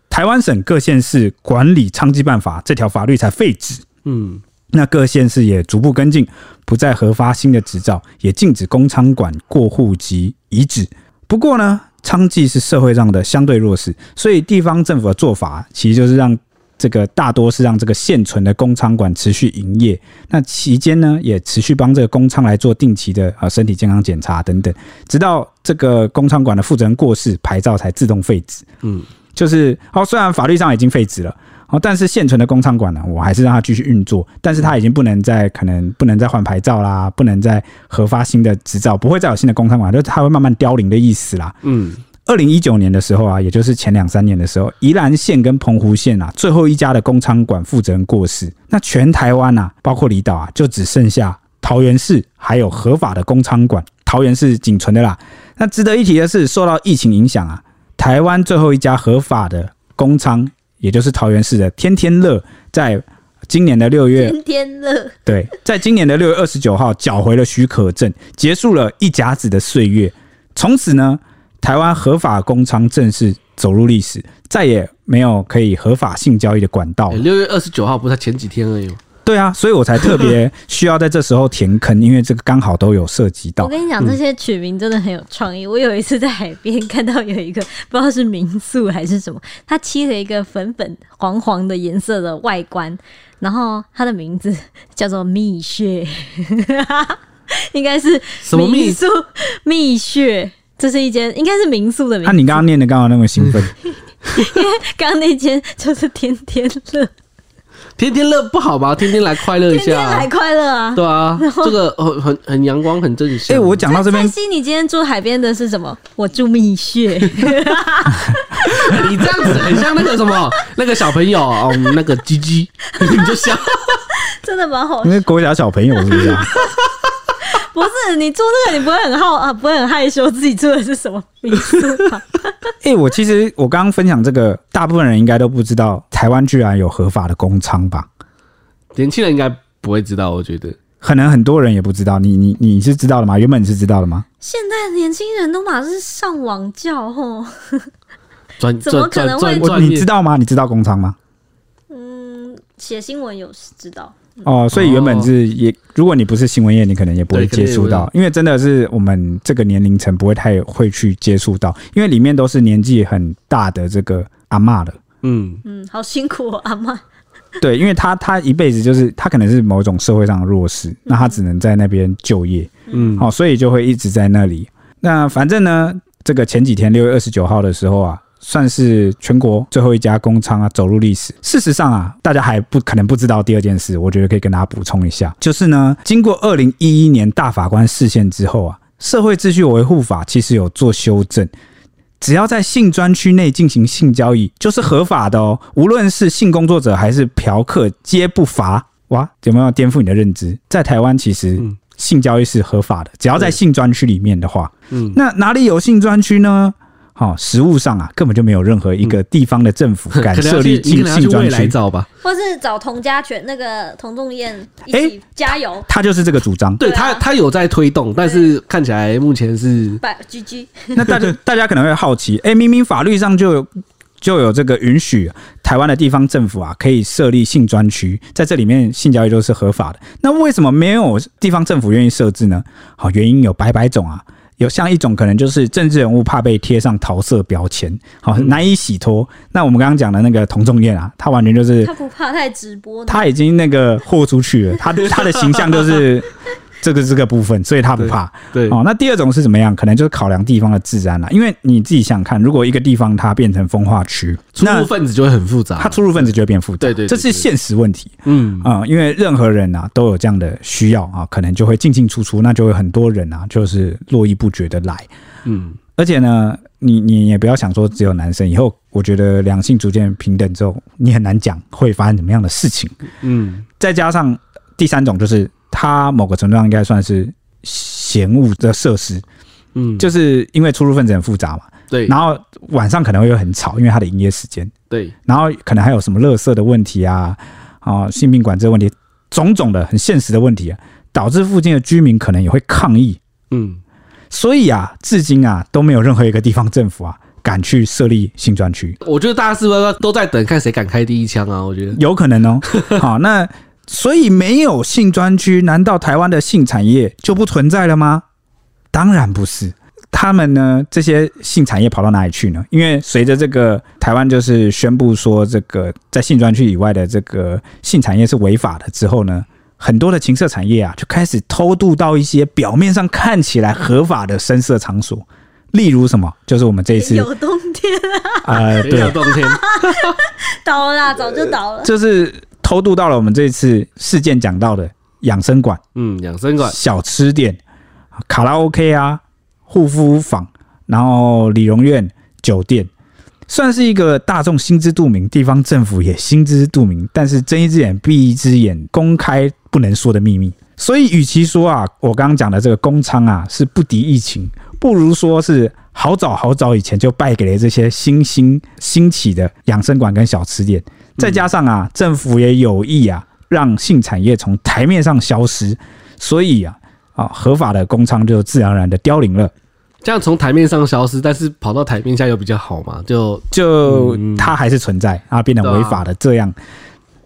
[SPEAKER 3] 台湾省各县市管理娼妓办法这条法律才废止。
[SPEAKER 1] 嗯，
[SPEAKER 3] 那各县市也逐步跟进，不再核发新的执照，也禁止公娼馆过户及遗址。不过呢，娼妓是社会上的相对弱势，所以地方政府的做法其实就是让这个大多是让这个现存的工仓馆持续营业。那期间呢，也持续帮这个工仓来做定期的啊身体健康检查等等，直到这个工仓馆的负责人过世，牌照才自动废止。
[SPEAKER 1] 嗯，
[SPEAKER 3] 就是哦，虽然法律上已经废止了。哦，但是现存的工厂馆呢，我还是让它继续运作，但是它已经不能再可能不能再换牌照啦，不能再核发新的执照，不会再有新的工厂馆，就是它会慢慢凋零的意思啦。
[SPEAKER 1] 嗯，
[SPEAKER 3] 二零一九年的时候啊，也就是前两三年的时候，宜兰县跟澎湖县啊，最后一家的工厂馆负责人过世，那全台湾啊，包括离岛啊，就只剩下桃园市还有合法的工厂馆，桃园市仅存的啦。那值得一提的是，受到疫情影响啊，台湾最后一家合法的工厂，也就是桃园市的天天乐，在今年的六月，
[SPEAKER 4] 天天乐，
[SPEAKER 3] 对，在今年的六月二十九号缴回了许可证，结束了一甲子的岁月。从此呢，台湾合法工娼正式走入历史，再也没有可以合法性交易的管道了。
[SPEAKER 1] 六、月二十九号不是才前几天而已吗？
[SPEAKER 3] 对啊，所以我才特 别需要在这时候填坑，因为这个刚好都有涉及
[SPEAKER 1] 哦
[SPEAKER 4] 我
[SPEAKER 3] 到。
[SPEAKER 4] 跟你
[SPEAKER 1] 嗯
[SPEAKER 4] 讲，这些取名真的很有创意。我 有一次在海边看到有一个不知道是民宿还是什么，它漆了一个粉粉黄黄的颜色的外观，然后它的名字叫做蜜穴， 应该是
[SPEAKER 1] 什么蜜
[SPEAKER 4] 民宿蜜穴。这是一间，应该是民宿的名
[SPEAKER 1] 啊
[SPEAKER 3] 那、啊你刚刚念的刚好那么兴奋，
[SPEAKER 4] 刚刚那间就是天天乐，
[SPEAKER 1] 天天乐不好吗？天天来快乐一
[SPEAKER 4] 天天
[SPEAKER 1] 下、
[SPEAKER 4] 来
[SPEAKER 1] 啊。
[SPEAKER 4] 快乐啊！
[SPEAKER 1] 对啊，这个很很很阳光，很 正
[SPEAKER 3] 哎、
[SPEAKER 1] 向。
[SPEAKER 3] 我讲到这
[SPEAKER 4] 蔡
[SPEAKER 3] 边，
[SPEAKER 4] 西，你今天住海边的是什么？我住蜜穴，
[SPEAKER 1] 你这样子很像那个 什么，那个小朋友，哦，那个鸡鸡，你就笑。
[SPEAKER 4] 真的蛮好
[SPEAKER 3] 因。为国小小朋友是不是、 啊？
[SPEAKER 4] 不是你住那个，你不会很好啊，不会很害羞自己住的是什么民宿吗？
[SPEAKER 3] 哎、我其实我刚刚分享这个，大部分人应该都不知道，台湾居然有合法的工娼吧？
[SPEAKER 1] 年轻人应该不会知道，我觉得。
[SPEAKER 3] 可能很多人也不知道，你你你是知道的吗？原本你是知道的吗？
[SPEAKER 4] 现在年轻人都马是上网教吼，
[SPEAKER 1] 转
[SPEAKER 4] 怎么
[SPEAKER 1] 转
[SPEAKER 4] 可
[SPEAKER 1] 转
[SPEAKER 4] 能会
[SPEAKER 1] 转
[SPEAKER 3] 我
[SPEAKER 1] 转
[SPEAKER 3] 你
[SPEAKER 1] 业
[SPEAKER 3] 知，道吗？你知道工厂吗？
[SPEAKER 4] 嗯，写新闻有知道，
[SPEAKER 1] 嗯
[SPEAKER 3] 哦，所以原本是也，如果你不是新闻业，你可能也不会
[SPEAKER 1] 对可能
[SPEAKER 3] 接
[SPEAKER 1] 也
[SPEAKER 3] 触
[SPEAKER 1] 不
[SPEAKER 3] 到，因为真的是我们这个年龄层不会太会去接触到，因为里面都是年纪很大的这个阿嬷了。
[SPEAKER 1] 嗯，
[SPEAKER 4] 嗯，好辛苦、哦、阿妈，
[SPEAKER 3] 对，因为他他一辈子就是他可能是某种社会上的弱势，那他只能在那边就业，
[SPEAKER 1] 嗯
[SPEAKER 3] 好、哦所以就会一直在那里。那反正呢，这个前几天六月二十九号的时候啊，算是全国最后一家工仓啊走入历史。事实上啊，大家还不可能不知道第二件事，我觉得可以跟大家补充一下，就是呢，经过二零一一年大法官释宪之后啊，《社会秩序维护法》其实有做修正。只要在性专区内进行性交易，就是合法的哦。无论是性工作者还是嫖客，皆不罚。哇，有没有颠覆你的认知？在台湾，其实
[SPEAKER 1] 嗯
[SPEAKER 3] 性交易是合法的，只要在
[SPEAKER 1] 对
[SPEAKER 3] 性专区里面的话。
[SPEAKER 1] 嗯
[SPEAKER 3] 那哪里有性专区呢？好、实物上啊，根本就没有任何一个地方的政府 敢
[SPEAKER 1] 嗯可能
[SPEAKER 3] 设
[SPEAKER 1] 要
[SPEAKER 3] 立
[SPEAKER 1] 去你可
[SPEAKER 3] 性
[SPEAKER 1] 能要去
[SPEAKER 3] 性
[SPEAKER 1] 未
[SPEAKER 3] 专
[SPEAKER 1] 来
[SPEAKER 3] 区，
[SPEAKER 1] 照吧。
[SPEAKER 4] 或是找童家犬那个童仲彦一
[SPEAKER 3] 哎
[SPEAKER 4] 起加油，
[SPEAKER 3] 他就是这个主张。
[SPEAKER 1] 对
[SPEAKER 4] 对啊
[SPEAKER 1] 他，他有在推动，但是看起来目前是
[SPEAKER 4] 拜 GG，
[SPEAKER 3] 那大家 大家可能会好奇，哎、明明法律上就有就有这个允许台湾的地方政府啊，可以设立性专区，在这里面性交易都是合法的，那为什么没有地方政府愿意设置呢？好，原因有百百种啊。有像一种可能就是政治人物怕被贴上桃色标签，好难以洗脱。那我们刚刚讲的那个童仲彦啊，他完全就是
[SPEAKER 2] 嗯
[SPEAKER 4] 他不怕太直播呢，
[SPEAKER 3] 他已经那个豁出去了，他他的形象就是这个这个部分，所以他不怕。
[SPEAKER 1] 对，
[SPEAKER 3] 哦，那第二种是怎么样？可能就是考量地方的治安啦，因为你自己想看，如果一个地方它变成风化区，
[SPEAKER 1] 出
[SPEAKER 3] 那
[SPEAKER 1] 入分子就会很复杂。
[SPEAKER 3] 它出入分子就会变复杂，
[SPEAKER 1] 对对对
[SPEAKER 3] 这是现实问题
[SPEAKER 1] 嗯，
[SPEAKER 3] 啊、因为任何人啊都有这样的需要啊，可能就会进进出出，那就会很多人啊就是络绎不绝的来，
[SPEAKER 1] 嗯，
[SPEAKER 3] 而且呢，你你也不要想说只有男生，以后我觉得两性逐渐平等之后，你很难讲会发生怎么样的事情。
[SPEAKER 1] 嗯，
[SPEAKER 3] 再加上第三种，就是它某个程度上应该算是嫌恶的设施，
[SPEAKER 1] 嗯，
[SPEAKER 3] 就是因为出入分子很复杂嘛，
[SPEAKER 1] 对，
[SPEAKER 3] 然后晚上可能会很吵，因为它的营业时间，
[SPEAKER 1] 对，
[SPEAKER 3] 然后可能还有什么垃圾的问题啊，啊、性病管制的问题，种种的很现实的问题啊，导致附近的居民可能也会抗议，
[SPEAKER 1] 嗯，
[SPEAKER 3] 所以啊，至今啊都没有任何一个地方政府啊敢去设立性专区，
[SPEAKER 1] 我觉得大家是不是都在等看谁敢开第一枪啊？我觉得，
[SPEAKER 3] 有可能哦。好，那所以没有性专区，难道台湾的性产业就不存在了吗？当然不是。他们呢，这些性产业跑到哪里去呢？因为随着这个台湾就是宣布说，这个在性专区以外的这个性产业是违法的之后呢，很多的情色产业啊，就开始偷渡到一些表面上看起来合法的深色场所，例如什么，就是我们这一次
[SPEAKER 4] 有冬天
[SPEAKER 3] 呃，
[SPEAKER 1] 没有
[SPEAKER 3] 对，
[SPEAKER 1] 冬天，
[SPEAKER 4] 倒啦，早就倒
[SPEAKER 3] 呃
[SPEAKER 4] 了。
[SPEAKER 3] 就是偷渡到了我们这一次事件讲到的养生馆。
[SPEAKER 1] 嗯，养生馆
[SPEAKER 3] 小吃店、卡拉 OK 啊、护肤坊，然后理容院、酒店，算是一个大众心知肚明，地方政府也心知肚明，但是睁一只眼闭一只眼，公开不能说的秘密。所以，与其说啊，我刚刚讲的这个公仓啊是不敌疫情，不如说是好早好早以前就败给了这些新兴兴起的养生馆跟小吃店。再加上啊，政府也有意啊，让性产业从台面上消失，所以啊，啊，合法的公仓就自然而然的凋零了。
[SPEAKER 1] 这样从台面上消失，但是跑到台面下又比较好嘛，就
[SPEAKER 3] 就
[SPEAKER 1] 嗯
[SPEAKER 3] 它还是存在，它变得违法的这样。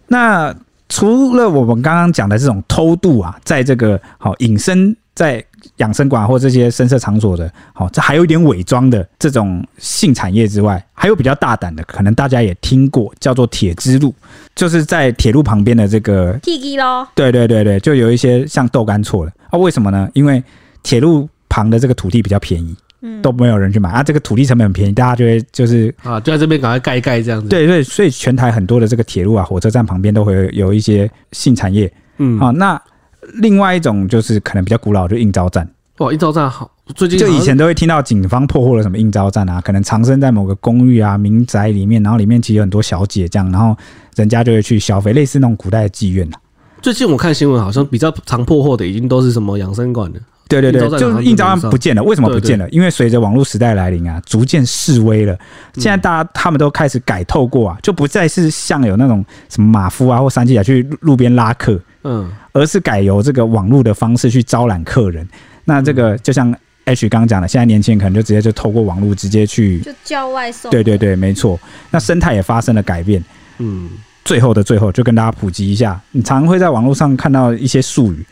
[SPEAKER 3] 那除了我们刚刚讲的这种偷渡啊，在这个好隐身在养生馆或这些深色场所的，好、这还有一点伪装的这种性产业之外，还有比较大胆的，可能大家也听过，叫做铁之路，就是在铁路旁边的这个
[SPEAKER 4] T G 咯，
[SPEAKER 3] 对对对对，就有一些像豆干错了啊？为什么呢？因为铁路旁的这个土地比较便宜，
[SPEAKER 4] 嗯
[SPEAKER 3] 都没有人去买啊。这个土地成本很便宜，大家就会就是
[SPEAKER 1] 啊，就在这边赶快盖一盖这样子。，
[SPEAKER 3] 对对，所以全台很多的这个铁路啊、火车站旁边都会有有一些性产业
[SPEAKER 1] 嗯，
[SPEAKER 3] 啊。那另外一种就是可能比较古老，就应招站，
[SPEAKER 1] 哇，一照站好，最近
[SPEAKER 3] 就以
[SPEAKER 1] 好像
[SPEAKER 3] 前都会听到警方破获了什么应招站啊，可能藏身在某个公寓啊、民宅里面，然后里面其实有很多小姐这样，然后人家就会去消费，类似那种古代的妓院啊。
[SPEAKER 1] 最近我看新闻，好像比较常破获的已经都是什么养生馆的，
[SPEAKER 3] 对对对
[SPEAKER 1] 应招，站好
[SPEAKER 3] 就
[SPEAKER 1] 像
[SPEAKER 3] 是应招
[SPEAKER 1] 没
[SPEAKER 3] 站
[SPEAKER 1] 上
[SPEAKER 3] 不见了，为什么不
[SPEAKER 1] 对对
[SPEAKER 3] 见了？因为随着网络时代来临啊，逐渐式微了。现在大家他们都开始改透过啊，就不再是像有那种什么马夫啊或三七仔去路路边拉客，
[SPEAKER 1] 嗯，
[SPEAKER 3] 而是改由这个网络的方式去招揽客人。那这个就像 H 刚刚讲的，现在年轻人可能就直接就透过网络直接去，
[SPEAKER 4] 就叫外送。
[SPEAKER 3] 对对对，没错。那生态也发生了改变。
[SPEAKER 1] 嗯，
[SPEAKER 3] 最后的最后，就跟大家普及一下，你常会在网络上看到一些术语，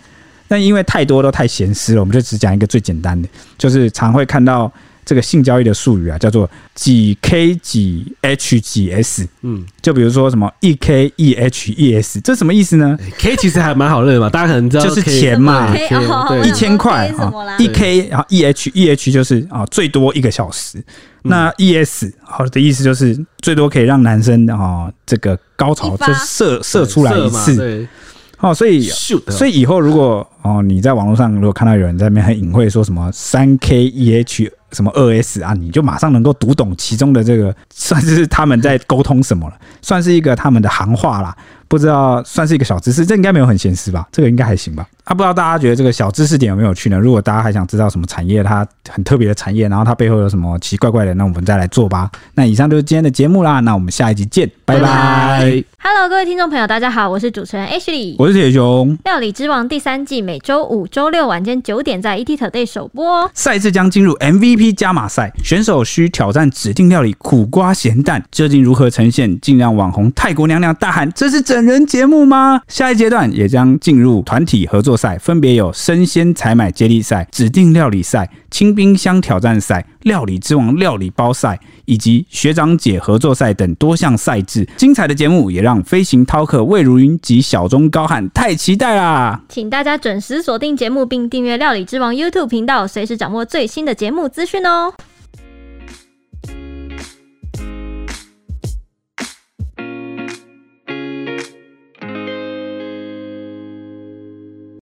[SPEAKER 3] 但因为太多都太闲湿了，我们就只讲一个最简单的，就是常会看到这个性交易的术语啊，叫做几 K 几 H 几 S。
[SPEAKER 1] 嗯，
[SPEAKER 3] 就比如说什么一 K 一 H 一 E S，这什么意思呢？
[SPEAKER 1] 欸 K 其实还蛮好认的嘛，大家可能知道
[SPEAKER 3] 就是
[SPEAKER 1] K-
[SPEAKER 3] 钱嘛
[SPEAKER 1] 对 K，
[SPEAKER 4] 哦
[SPEAKER 1] 对
[SPEAKER 4] 我
[SPEAKER 3] 一
[SPEAKER 4] 想
[SPEAKER 3] 千
[SPEAKER 4] 说
[SPEAKER 3] 块
[SPEAKER 4] K
[SPEAKER 3] 啊
[SPEAKER 4] 什么啦，
[SPEAKER 3] 一 K 然后 E H E H 就是啊最多一个小时，那 E S 好的意思就是最多可以让男生啊这个高潮
[SPEAKER 4] 一发
[SPEAKER 3] 就是射射出来一
[SPEAKER 1] 射嘛
[SPEAKER 3] 次
[SPEAKER 1] 对
[SPEAKER 3] 哦，所以
[SPEAKER 1] ，shoot，
[SPEAKER 3] 所以以后如果哦你在网络上如果看到有人在那边很隐晦说什么三 K E H 什么二 S 啊，你就马上能够读懂其中的这个算是他们在沟通什么了，算是一个他们的行话啦。不知道算是一个小知识，这应该没有很闲私吧？这个应该还行吧？啊，不知道大家觉得这个小知识点有没有趣呢？如果大家还想知道什么产业，它很特别的产业，然后它背后有什么奇奇怪怪的，那我们再来做吧。那以上就是今天的节目啦，那我们下一集见，拜拜。
[SPEAKER 1] 拜
[SPEAKER 4] Hello，各位听众朋友，大家好，我是主持人 Ashley。
[SPEAKER 3] 我是铁熊，
[SPEAKER 4] 料理之王第三季每周五、周六晚间九点在 ET Today 首播哦。
[SPEAKER 3] 赛事将进入 MVP 加码赛，选手需挑战指定料理苦瓜咸蛋，究竟如何呈现？竟让网红泰国娘娘大喊：“这是整人节目吗？”下一阶段也将进入团体合作赛，分别有生鲜采买接力赛、指定料理赛、清冰箱挑战赛、料理之王料理包赛以及学长姐合作赛等多项赛制。精彩的节目也让飞行饕客魏如云及小钟高喊太期待啦！
[SPEAKER 4] 请大家准时锁定节目，并订阅《料理之王》YouTube 频道，随时掌握最新的节目资讯哦。